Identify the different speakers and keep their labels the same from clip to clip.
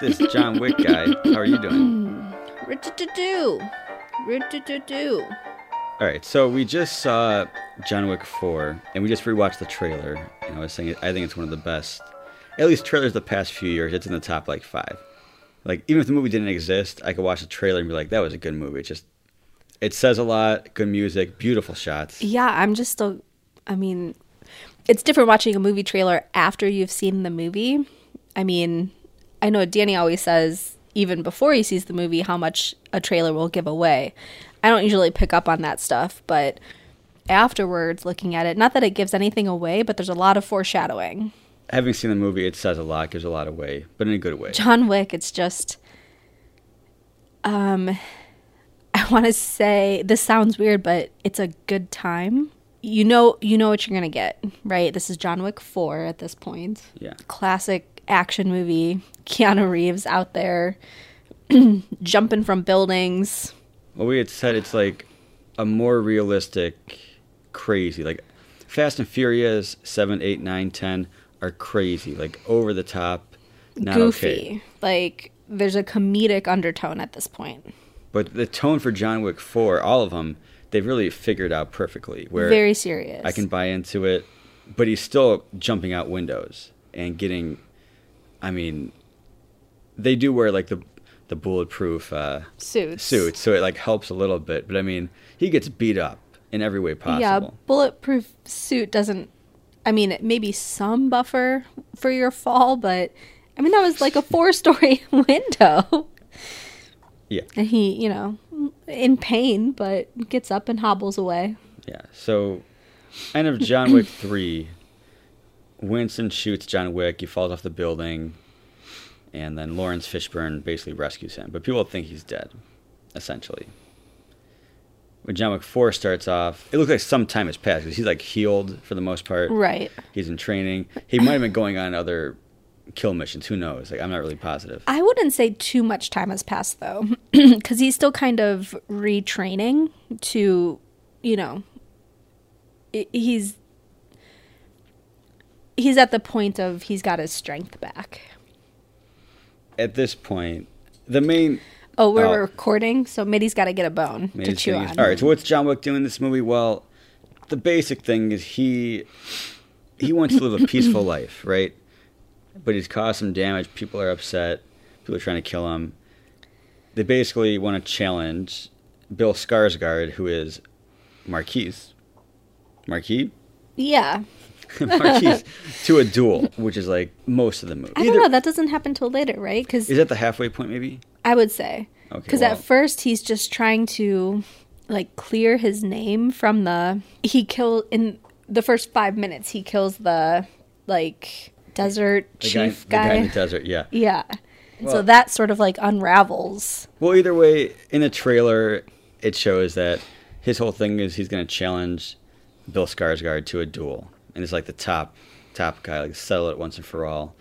Speaker 1: this John Wick guy. How are you doing?
Speaker 2: Rit-a-doo-doo. Rit-a-doo-doo.
Speaker 1: All right, so we just saw John Wick 4, and we just rewatched the trailer. And I was saying, I think it's one of the best, at least trailers the past few years. It's in the top like five. Like even if the movie didn't exist, I could watch the trailer and be like, that was a good movie. It just it says a lot. Good music, beautiful shots.
Speaker 2: Yeah, I'm just still. I mean, it's different watching a movie trailer after you've seen the movie. I mean, I know Danny always says, even before he sees the movie, how much a trailer will give away. I don't usually pick up on that stuff, but afterwards, looking at it, not that it gives anything away, but there's a lot of foreshadowing.
Speaker 1: Having seen the movie, it says a lot. Gives a lot of way, but in a good way.
Speaker 2: John Wick, it's just um I want to say this sounds weird, but it's a good time. You know you know what you're going to get, right? This is John Wick 4 at this point.
Speaker 1: Yeah.
Speaker 2: Classic action movie. Keanu Reeves out there jumping from buildings.
Speaker 1: Well, we had said it's like a more realistic, crazy. Like Fast and Furious 7, 8, 9, 10 are crazy. Like over the top, not
Speaker 2: goofy.
Speaker 1: okay.
Speaker 2: Like there's a comedic undertone at this point.
Speaker 1: But the tone for John Wick 4, all of them, they've really figured out perfectly. Where
Speaker 2: Very serious.
Speaker 1: I can buy into it, but he's still jumping out windows and getting. I mean, they do wear like the the bulletproof uh,
Speaker 2: suits.
Speaker 1: suit, so it like helps a little bit. But I mean, he gets beat up in every way possible.
Speaker 2: Yeah, bulletproof suit doesn't. I mean, it may be some buffer for your fall, but I mean that was like a four-story window.
Speaker 1: Yeah.
Speaker 2: And he, you know, in pain, but gets up and hobbles away.
Speaker 1: Yeah. So, end of John Wick 3, Winston shoots John Wick. He falls off the building. And then Lawrence Fishburne basically rescues him. But people think he's dead, essentially. When John Wick 4 starts off, it looks like some time has passed because he's like healed for the most part.
Speaker 2: Right.
Speaker 1: He's in training. He might have been going on other kill missions. Who knows? Like, I'm not really positive.
Speaker 2: I wouldn't say too much time has passed though, because he's still kind of retraining to, you know, i- he's he's at the point of he's got his strength back.
Speaker 1: At this point, the main.
Speaker 2: Oh, we're
Speaker 1: Oh.
Speaker 2: recording, so Mitty's got to get a bone
Speaker 1: I mean,
Speaker 2: to
Speaker 1: he's
Speaker 2: chew
Speaker 1: getting-
Speaker 2: on.
Speaker 1: All right, so what's John Wick doing in this movie? Well, the basic thing is he he wants to live a peaceful life, right? But he's caused some damage. People are upset. People are trying to kill him. They basically want to challenge Bill Skarsgård, who is Marquise, Marquis,
Speaker 2: Yeah,
Speaker 1: Marquise, to a duel, which is like most of the movie.
Speaker 2: I don't know. That doesn't happen till later, right? Because
Speaker 1: is that the halfway point, maybe?
Speaker 2: I would say
Speaker 1: Okay,
Speaker 2: because
Speaker 1: well-
Speaker 2: at first he's just trying to like clear his name from the he killed in the first five minutes he kills the like desert
Speaker 1: The
Speaker 2: chief
Speaker 1: guy, the
Speaker 2: guy,
Speaker 1: guy in the desert. Yeah.
Speaker 2: yeah and so
Speaker 1: Well-
Speaker 2: that sort of like unravels
Speaker 1: Well, either way, in the trailer, it shows that his whole thing is he's going to challenge Bill Skarsgård to a duel, and it's like the top top guy, like settle it once and for all.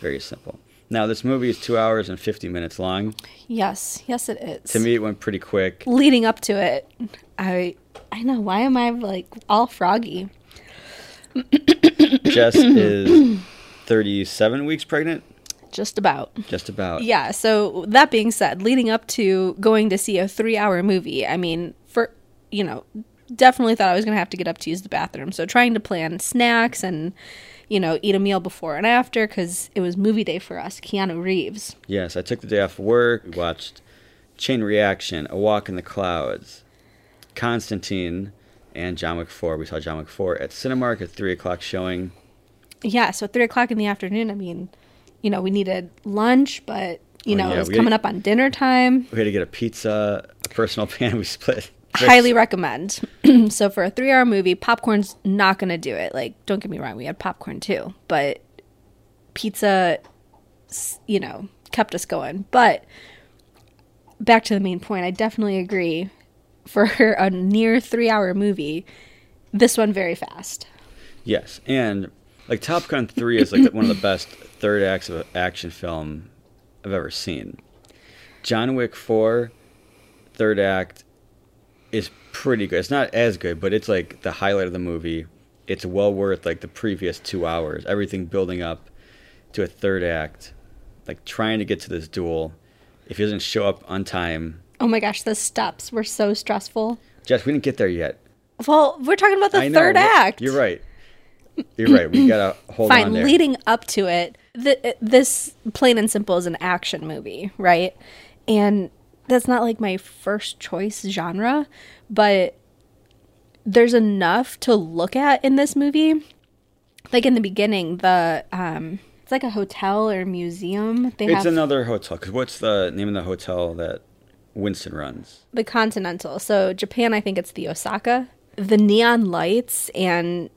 Speaker 1: Very simple. Now, this movie is two hours and fifty minutes long.
Speaker 2: yes yes it is
Speaker 1: To me, it went pretty quick.
Speaker 2: leading up to it i i know why am i like all froggy
Speaker 1: Jess is thirty-seven weeks pregnant,
Speaker 2: just about
Speaker 1: just about.
Speaker 2: Yeah, so that being said, leading up to going to see a three hour movie, I mean, for, you know, definitely thought I was going to have to get up to use the bathroom. So trying to plan snacks and, you know, eat a meal before and after because it was movie day for us, Keanu Reeves.
Speaker 1: Yes, I took the day off work. We watched Chain Reaction, A Walk in the Clouds, Constantine, and John Wick 4. We saw John Wick 4 at Cinemark at 3 o'clock showing.
Speaker 2: Yeah, so three o'clock in the afternoon, I mean, you know, we needed lunch, but, you
Speaker 1: Oh,
Speaker 2: know,
Speaker 1: yeah,
Speaker 2: it was
Speaker 1: we-
Speaker 2: coming up on dinner time.
Speaker 1: We had to get a pizza, a personal pan. We split.
Speaker 2: highly recommend. so for a three hour movie, popcorn's not gonna do it. Like, don't get me wrong, we had popcorn too, but pizza, s- you know, kept us going. But back to the main point, I definitely agree. For a near three hour movie, this one very fast.
Speaker 1: Yes, and like Top Gun 3 is like one of the best third acts of action film I've ever seen. John Wick 4, third act, is pretty good. It's not as good, but it's like the highlight of the movie. It's well worth like the previous two hours. Everything building up to a third act like trying to get to this duel. If he doesn't show up on time,
Speaker 2: Oh my gosh, the steps were so stressful.
Speaker 1: Jess, we didn't get there yet.
Speaker 2: Well, we're talking about the
Speaker 1: I know,
Speaker 2: third
Speaker 1: we're-
Speaker 2: act.
Speaker 1: You're right. You're right. We gotta hold on
Speaker 2: Fine,
Speaker 1: there.
Speaker 2: leading up to it, the, this plain and simple is an action movie, right? And that's not like my first choice genre, but there's enough to look at in this movie. Like in the beginning, the um, it's like a hotel or museum. They
Speaker 1: it's
Speaker 2: have
Speaker 1: another hotel. Cause what's the name of the hotel that Winston runs?
Speaker 2: the continental. So Japan, I think it's the Osaka. The neon lights and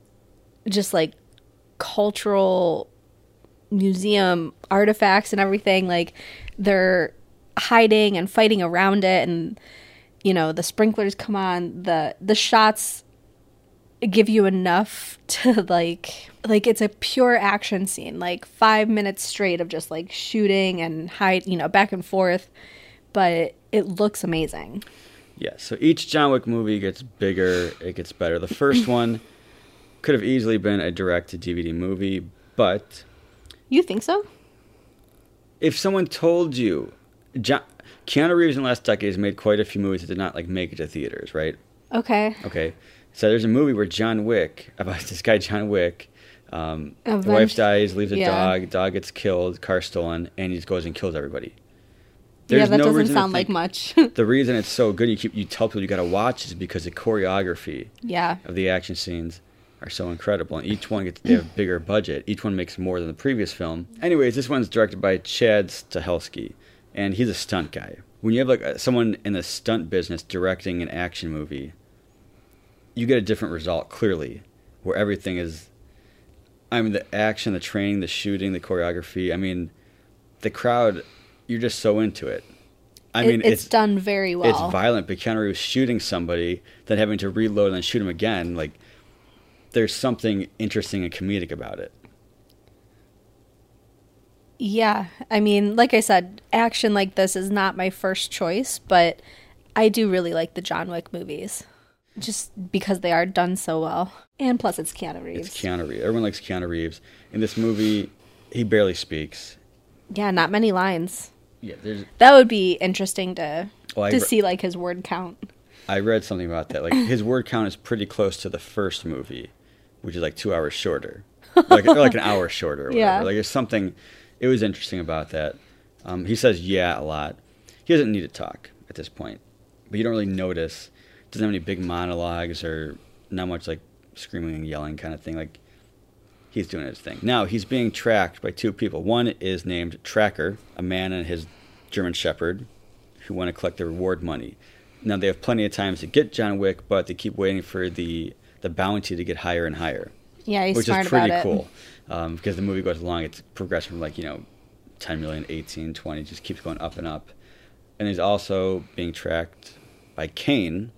Speaker 2: just like cultural museum artifacts and everything, like they're hiding and fighting around it and you know, the sprinklers come on, the the shots give you enough to like like it's a pure action scene, like 5 minutes straight of just like shooting and hide, you know, back and forth, but it looks amazing.
Speaker 1: Yeah. So each John Wick movie gets bigger. It gets better. The first one could have easily been a direct to DVD movie, but
Speaker 2: You think so?
Speaker 1: if someone told you, John, Keanu Reeves in the last decade has made quite a few movies that did not like make it to theaters, right?
Speaker 2: Okay.
Speaker 1: Okay, so there's a movie where John Wick about this guy John Wick, um, the
Speaker 2: Avenged-
Speaker 1: wife dies, leaves a
Speaker 2: yeah.
Speaker 1: dog, dog gets killed, car stolen, and he goes and kills everybody.
Speaker 2: yeah, that doesn't
Speaker 1: reason to
Speaker 2: sound like
Speaker 1: think-
Speaker 2: much.
Speaker 1: The reason it's so good, you keep you tell people you got to watch, is because the choreography
Speaker 2: yeah.
Speaker 1: of the action scenes are so incredible, and each one gets they have a bigger budget. Each one makes more than the previous film. Anyways, this one's directed by Chad Stahelski, and he's a stunt guy. When you have like a- someone in the stunt business directing an action movie, you get a different result clearly, where everything is. I mean, the action, the training, the shooting, the choreography. I mean, the crowd. You're just so into it. I
Speaker 2: It-
Speaker 1: mean,
Speaker 2: it's, done very well.
Speaker 1: it's violent, but Keanu Reeves shooting somebody, then having to reload and then shoot him again. Like, there's something interesting and comedic about it.
Speaker 2: Yeah. I mean, like I said, action like this is not my first choice, but I do really like the John Wick movies just because they are done so well. And plus, it's Keanu Reeves.
Speaker 1: It's Keanu Reeves. Everyone likes Keanu Reeves. In this movie, he barely speaks.
Speaker 2: yeah, not many lines.
Speaker 1: Yeah, there's.
Speaker 2: That would be interesting to
Speaker 1: Well, I
Speaker 2: to
Speaker 1: re-
Speaker 2: see like his word count.
Speaker 1: I read something about that. Like his word count is pretty close to the first movie, which is like two hours shorter, like or like an hour shorter. Or whatever.
Speaker 2: Yeah.
Speaker 1: Like there's something. It was interesting about that. Um, he says yeah a lot. He doesn't need to talk at this point, but you don't really notice. Doesn't have any big monologues or not much like screaming and yelling kind of thing. Like he's doing his thing. Now he's being tracked by two people. One is named Tracker, a man and his German Shepherd, who want to collect the reward money. Now they have plenty of times to get John Wick, but they keep waiting for the the bounty to get higher and higher,
Speaker 2: Yeah, he's
Speaker 1: which
Speaker 2: smart
Speaker 1: is pretty
Speaker 2: about it.
Speaker 1: cool um, because the movie goes along. It's progressing from like you know, 10 million, 18, 20, just keeps going up and up. And he's also being tracked by Kane,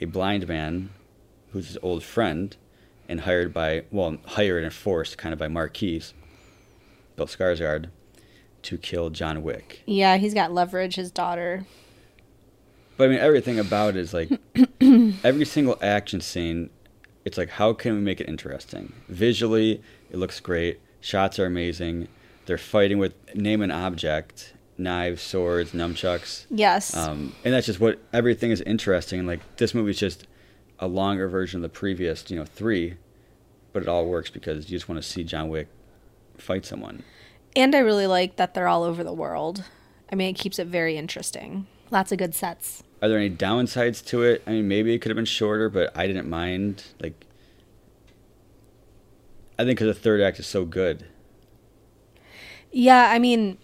Speaker 1: a blind man who's his old friend and hired by, well, hired and forced kind of by Marquise, Bill Skarsgård, to kill John Wick.
Speaker 2: Yeah, he's got leverage. His daughter.
Speaker 1: But I mean, everything about it is like every single action scene, it's like, how can we make it interesting? Visually, it looks great. Shots are amazing. They're fighting with name and object knives, swords, nunchucks.
Speaker 2: Yes.
Speaker 1: Um, and that's just what everything is interesting. And like this movie's just a longer version of the previous, you know, three, but it all works because you just want to see John Wick fight someone.
Speaker 2: And I really like that they're all over the world. I mean, it keeps it very interesting. Lots of good sets.
Speaker 1: Are there any downsides to it? I mean, maybe it could have been shorter, but I didn't mind. Like, I think because the third act is so good.
Speaker 2: Yeah, I mean,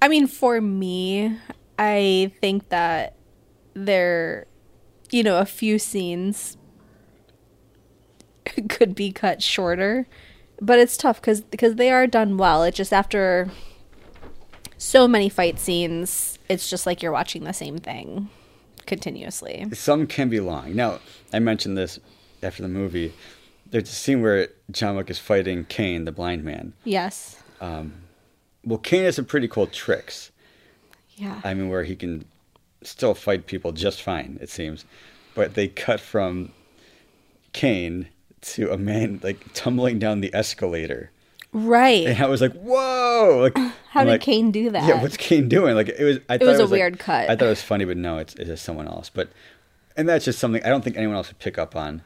Speaker 2: I mean, for me, I think that there, you know, a few scenes could be cut shorter, but it's tough because because they are done well. It just after so many fight scenes, it's just like you're watching the same thing continuously.
Speaker 1: Some can be long. Now, I mentioned this after the movie. There's a scene where John Wick is fighting Kane, the blind man.
Speaker 2: Yes.
Speaker 1: Well, Kane has some pretty cool tricks.
Speaker 2: Yeah.
Speaker 1: I mean, where he can still fight people just fine, it seems. But they cut from Kane to a man like tumbling down the escalator
Speaker 2: Right.
Speaker 1: And I was like, whoa! Like,
Speaker 2: How
Speaker 1: I'm
Speaker 2: did
Speaker 1: like,
Speaker 2: Kane do that?
Speaker 1: Yeah, what's Kane doing? Like it was. I thought
Speaker 2: was a
Speaker 1: like-
Speaker 2: weird cut.
Speaker 1: I thought it was funny, but no, it's, it's just someone else. But and that's just something I don't think anyone else would pick up on.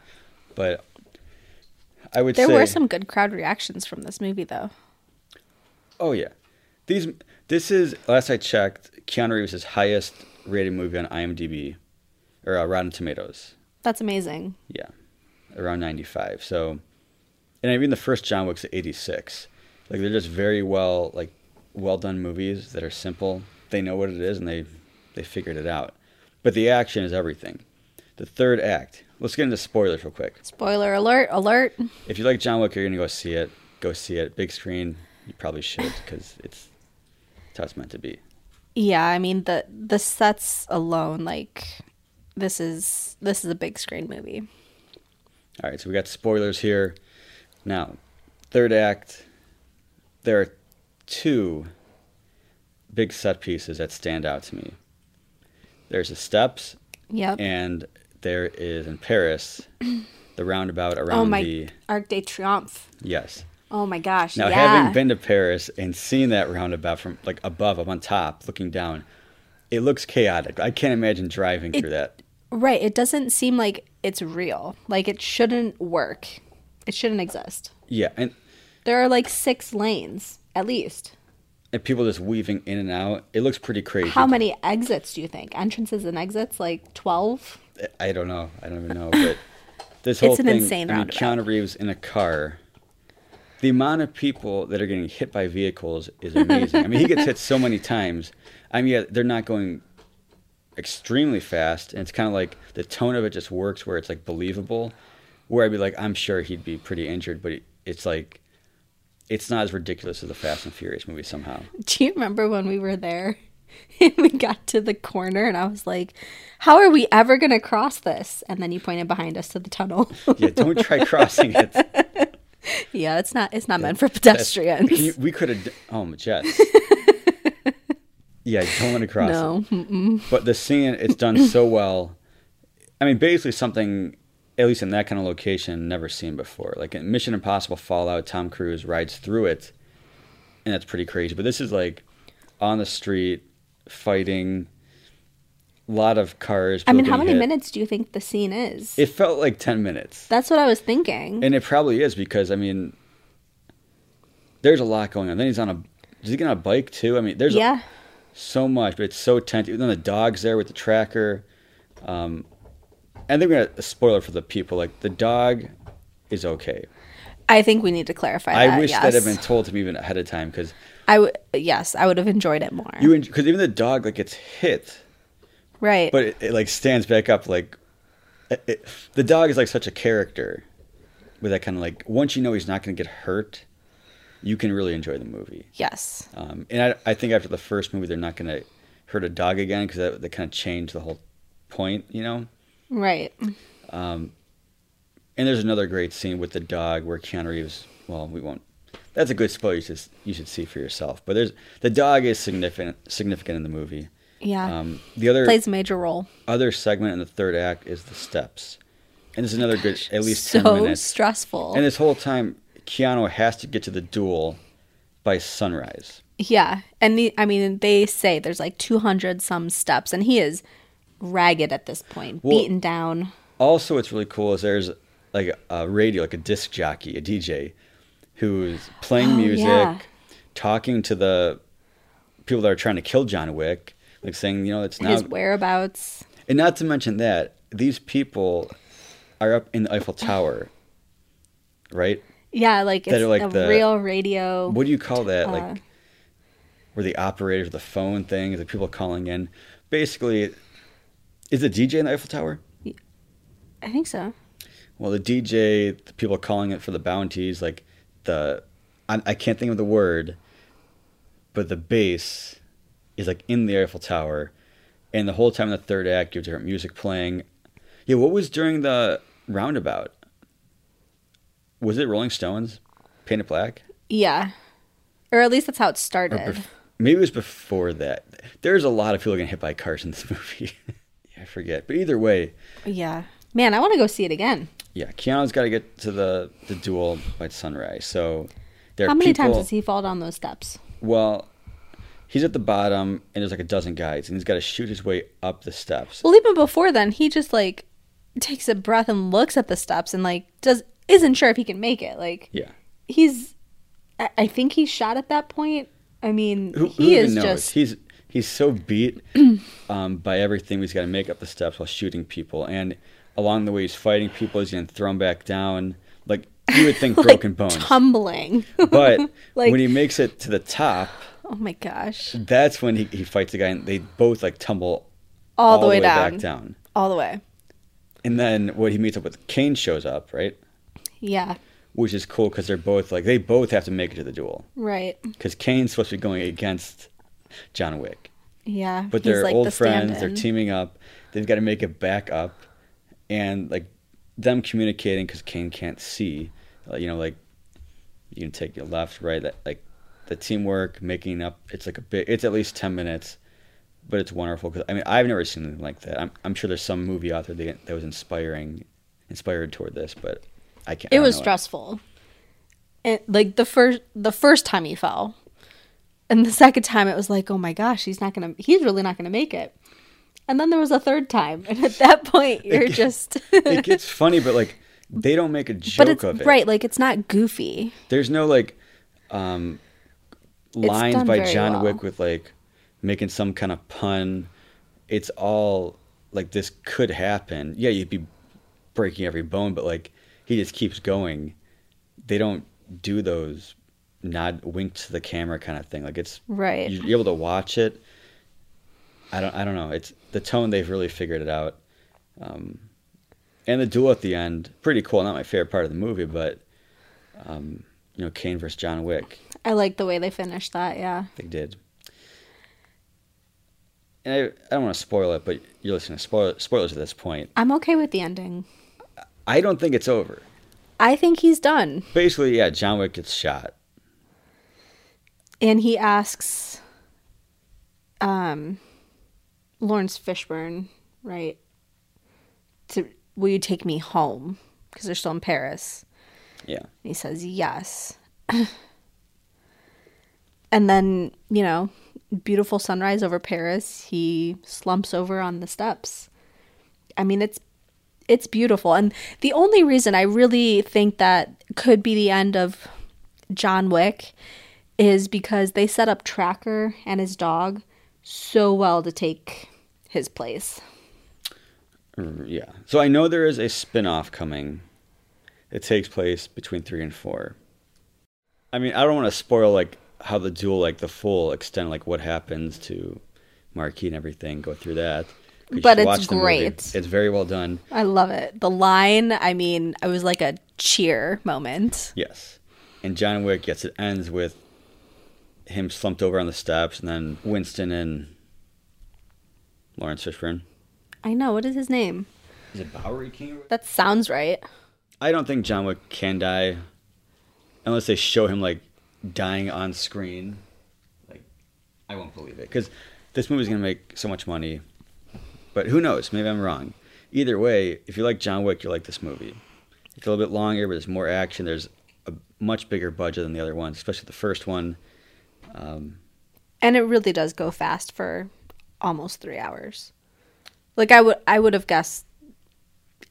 Speaker 1: But I would
Speaker 2: there
Speaker 1: say
Speaker 2: were some good crowd reactions from this movie, though.
Speaker 1: Oh yeah, these. This is last I checked, Keanu Reeves' highest rated movie on IMDb or uh, Rotten Tomatoes.
Speaker 2: That's amazing.
Speaker 1: Yeah, around ninety five. So, and I mean the first John Wick's eighty six. Like they're just very well like well done movies that are simple. They know what it is and they they figured it out. But the action is everything. The third act. Let's get into spoilers real quick.
Speaker 2: Spoiler alert! Alert!
Speaker 1: If you like John Wick, you're gonna go see it. Go see it. Big screen. You probably should because it's it's how it's meant to be.
Speaker 2: Yeah, I mean the the sets alone, like this is this is a big screen movie.
Speaker 1: All right, so we got spoilers here. Now, third act, there are two big set pieces that stand out to me. There's the steps,
Speaker 2: Yep.
Speaker 1: and there is in Paris the roundabout around
Speaker 2: oh my
Speaker 1: the
Speaker 2: Arc de Triomphe.
Speaker 1: yes.
Speaker 2: Oh my gosh.
Speaker 1: Now,
Speaker 2: yeah.
Speaker 1: having been to Paris and seen that roundabout from like above, up on top, looking down, it looks chaotic. I can't imagine driving through that.
Speaker 2: right, it doesn't seem like it's real. Like it shouldn't work. It shouldn't exist.
Speaker 1: Yeah, and
Speaker 2: There are like six lanes at least.
Speaker 1: and people just weaving in and out. It looks pretty crazy.
Speaker 2: How many exits do you think? Entrances and exits, like twelve.
Speaker 1: I don't know. I don't even know. But this whole
Speaker 2: It's an
Speaker 1: thing,
Speaker 2: insane
Speaker 1: I mean,
Speaker 2: roundabout.
Speaker 1: Keanu Reeves in a car. The amount of people that are getting hit by vehicles is amazing. I mean, he gets hit so many times. I mean, yeah, they're not going extremely fast, and it's kind of like the tone of it just works where it's like believable. Where I'd be like, I'm sure he'd be pretty injured, but it's like, it's not as ridiculous as the Fast and Furious movie somehow.
Speaker 2: Do you remember when we were there? and we got to the corner, and I was like, "How are we ever gonna cross this?" And then you pointed behind us to the tunnel.
Speaker 1: Yeah, don't try crossing it.
Speaker 2: yeah, it's not. It's not meant for
Speaker 1: That's-
Speaker 2: pedestrians.
Speaker 1: you- we could have. Oh, my jets. yeah, you don't want to cross.
Speaker 2: no, mm,
Speaker 1: It. But the scene, it's done so well. I mean, basically something, at least in that kind of location, never seen before. Like in Mission Impossible Fallout, Tom Cruise rides through it, and that's pretty crazy. But this is like on the street fighting. A lot of cars.
Speaker 2: I mean,
Speaker 1: people
Speaker 2: how
Speaker 1: getting
Speaker 2: many
Speaker 1: hit.
Speaker 2: minutes do you think the scene is?
Speaker 1: It felt like ten minutes.
Speaker 2: That's what I was thinking.
Speaker 1: And it probably is because I mean, there's a lot going on. Then he's on a, does he get on a bike too? I mean, there's
Speaker 2: yeah,
Speaker 1: so much, but it's so tense. Even though the dog's there with the tracker, um, and then we're gonna spoiler for the people. Like the dog is okay.
Speaker 2: I think we need to clarify.
Speaker 1: I
Speaker 2: that,
Speaker 1: wish
Speaker 2: Uh, yes.
Speaker 1: that had been told to me even ahead of time because
Speaker 2: I would. Yes, I would have enjoyed it more.
Speaker 1: you because even the dog like gets hit,
Speaker 2: right.
Speaker 1: but it, it like stands back up. Like it, it- the dog is like such a character with that kind of like once you know he's not gonna get hurt, you can really enjoy the movie.
Speaker 2: yes.
Speaker 1: Um, and I, I think after the first movie, they're not going to hurt a dog again because that, that kind of changed the whole point, you know?
Speaker 2: Right.
Speaker 1: And there's another great scene with the dog where Keanu Reeves, well, we won't. That's a good spoiler you should, you should see for yourself. But there's the dog is significant significant in the movie.
Speaker 2: Yeah.
Speaker 1: Um, the other
Speaker 2: Uh, Plays a major role.
Speaker 1: other segment in the third act is the steps, and this is another good at least ten
Speaker 2: so
Speaker 1: minutes.
Speaker 2: stressful.
Speaker 1: and this whole time, Keanu has to get to the duel by sunrise.
Speaker 2: Yeah. And the, I mean, they say there's like 200 some steps, and he is ragged at this point,
Speaker 1: Well-
Speaker 2: beaten down.
Speaker 1: also what's really cool is there's like a radio like a disc jockey a dj who's playing
Speaker 2: Oh,
Speaker 1: music
Speaker 2: yeah.
Speaker 1: talking to the people that are trying to kill john wick like saying you know it's
Speaker 2: His
Speaker 1: not
Speaker 2: whereabouts.
Speaker 1: and not to mention that these people are up in the eiffel tower right
Speaker 2: Yeah. Like
Speaker 1: That
Speaker 2: it's
Speaker 1: are like
Speaker 2: a
Speaker 1: the-
Speaker 2: real radio.
Speaker 1: what do you call that like where the operators the phone thing the people calling in basically is the dj in the eiffel tower
Speaker 2: I think so.
Speaker 1: Well, the DJ, the people calling it for the bounties, like the, I, I can't think of the word, but the bass is like in the Eiffel Tower, and the whole time in the third act, you have different music playing. Yeah, what was during the roundabout? Was it Rolling Stones, Painted Black?
Speaker 2: Yeah. Or at least that's how it
Speaker 1: Or
Speaker 2: started.
Speaker 1: bef- maybe it was before that. There's a lot of people getting hit by cars in this movie. yeah, I forget, but either way,
Speaker 2: yeah. Man, I want to go see it again.
Speaker 1: Yeah, Keanu's got to get to the the duel by sunrise. So There are
Speaker 2: How many
Speaker 1: people,
Speaker 2: times does he fall down those steps?
Speaker 1: Well, he's at the bottom, and there's like a dozen guys, and he's got to shoot his way up the steps.
Speaker 2: Well, even before then, he just like takes a breath and looks at the steps and like does isn't sure if he can make it. Like
Speaker 1: yeah.
Speaker 2: he's, I, I think he's shot at that point. I mean,
Speaker 1: Who, who
Speaker 2: he
Speaker 1: even
Speaker 2: is
Speaker 1: knows?
Speaker 2: just
Speaker 1: He's he's so beat um, by everything. He's got to make up the steps while shooting people, and along the way, he's fighting people. He's getting thrown back down. Like you would think,
Speaker 2: like
Speaker 1: broken bones.
Speaker 2: tumbling.
Speaker 1: but
Speaker 2: like-
Speaker 1: when he makes it to the top,
Speaker 2: oh my gosh,
Speaker 1: that's when he, he fights the guy, and they both like tumble
Speaker 2: all, the way,
Speaker 1: back
Speaker 2: down,
Speaker 1: down.
Speaker 2: all the way.
Speaker 1: And then what he meets up with, Kane shows up, right?
Speaker 2: Yeah,
Speaker 1: Which is cool because they're both like they both have to make it to the duel
Speaker 2: right.
Speaker 1: because Kane's supposed to be going against John Wick.
Speaker 2: Yeah,
Speaker 1: but
Speaker 2: he's,
Speaker 1: they're old
Speaker 2: the
Speaker 1: friends.
Speaker 2: stand-in.
Speaker 1: They're teaming up. They've got to make it back up, and like them communicating because Kane can't see. uh, you know, like you can take your left, right. That like the teamwork making up. It's like a bit. It's at least ten minutes, but it's wonderful because I mean I've never seen anything like that. I'm I'm sure there's some movie out there that, that was inspiring, inspired toward this, but I can't. I
Speaker 2: it
Speaker 1: don't
Speaker 2: was
Speaker 1: know.
Speaker 2: stressful and like the first the first time he fell and the second time it was like oh my gosh he's not gonna he's really not gonna make it and then there was a third time and at that point you're just
Speaker 1: it gets funny, but like they don't make a joke
Speaker 2: but it's
Speaker 1: of it.
Speaker 2: right like it's not goofy
Speaker 1: There's no like um lines
Speaker 2: done
Speaker 1: by
Speaker 2: very
Speaker 1: John
Speaker 2: well.
Speaker 1: Wick with like making some kind of pun. It's all like this could happen. Yeah, you'd be breaking every bone, but like he just keeps going. They don't do those nod wink to the camera kind of thing. Like it's
Speaker 2: Right.
Speaker 1: You're able to watch it. I don't I don't know. It's the tone they've really figured it out. Um and the duel at the end, pretty cool. Not my favorite part of the movie, but um, you know, Kane versus John Wick.
Speaker 2: i like the way they finished that yeah
Speaker 1: They did. And I, I don't want to spoil it, but you're listening to spoil, spoilers at this point.
Speaker 2: i'm okay with the ending
Speaker 1: I don't think it's over.
Speaker 2: i think he's done
Speaker 1: Basically, yeah, John Wick gets shot.
Speaker 2: and he asks um Lawrence Fishburne, right? To will you take me home because they're still in Paris.
Speaker 1: Yeah.
Speaker 2: And he says yes. and then, you know, beautiful sunrise over Paris, he slumps over on the steps. I mean, it's it's beautiful. And the only reason I really think that could be the end of John Wick is because they set up Tracker and his dog so well to take his place.
Speaker 1: Mm, Yeah. So I know there is a spin off coming. It takes place between three and four. I mean, I don't want to spoil like how the duel, like the full extent, like what happens to Marquis and everything. Go through that. You
Speaker 2: But
Speaker 1: should
Speaker 2: it's
Speaker 1: watch the movie.
Speaker 2: great.
Speaker 1: It's very well done.
Speaker 2: I love it. The line, I mean, I was like a cheer moment.
Speaker 1: Yes. And John Wick, yes, it ends with him slumped over on the steps, and then Winston and Lawrence Fishburne.
Speaker 2: I know, what is his name?
Speaker 1: Is it Bowery King?
Speaker 2: That sounds right.
Speaker 1: I don't think John Wick can die unless they show him, like, dying on screen. Like, I won't believe it. Because this movie's going to make so much money. But who knows? Maybe I'm wrong. Either way, if you like John Wick, you like this movie. It's a little bit longer, but there's more action. There's a much bigger budget than the other ones, especially the first one.
Speaker 2: And it really does go fast for almost 3 hours. Like I would I would have guessed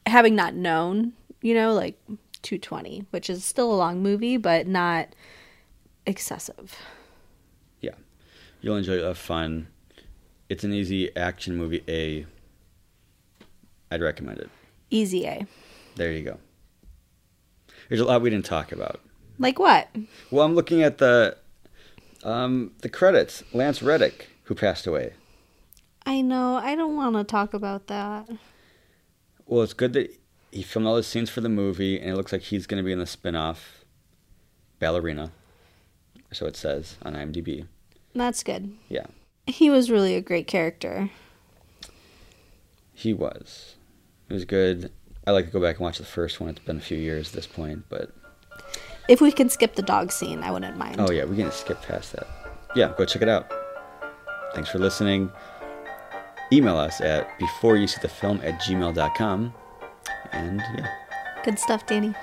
Speaker 2: having not known, you know, like 220, which is still a long movie but not excessive.
Speaker 1: Yeah. You'll enjoy it. You'll have fun. It's an easy action movie A. I'd recommend it.
Speaker 2: Easy A.
Speaker 1: There you go. There's a lot we didn't talk about.
Speaker 2: Like what?
Speaker 1: Well, I'm looking at the um, the credits. Lance Reddick, who passed away.
Speaker 2: I know. I don't want to talk about that.
Speaker 1: Well, it's good that he filmed all his scenes for the movie, and it looks like he's going to be in the spin-off Ballerina. So it says on IMDb.
Speaker 2: That's good.
Speaker 1: Yeah,
Speaker 2: He was really a great character.
Speaker 1: he was. It was good. I like to go back and watch the first one. It's been a few years at this point, but
Speaker 2: If we can skip the dog scene, I wouldn't mind.
Speaker 1: Oh yeah, we're gonna skip past that. Yeah, go check it out. Thanks for listening. Email us at before you see the film at gmail.com. And yeah,
Speaker 2: Good stuff, Danny.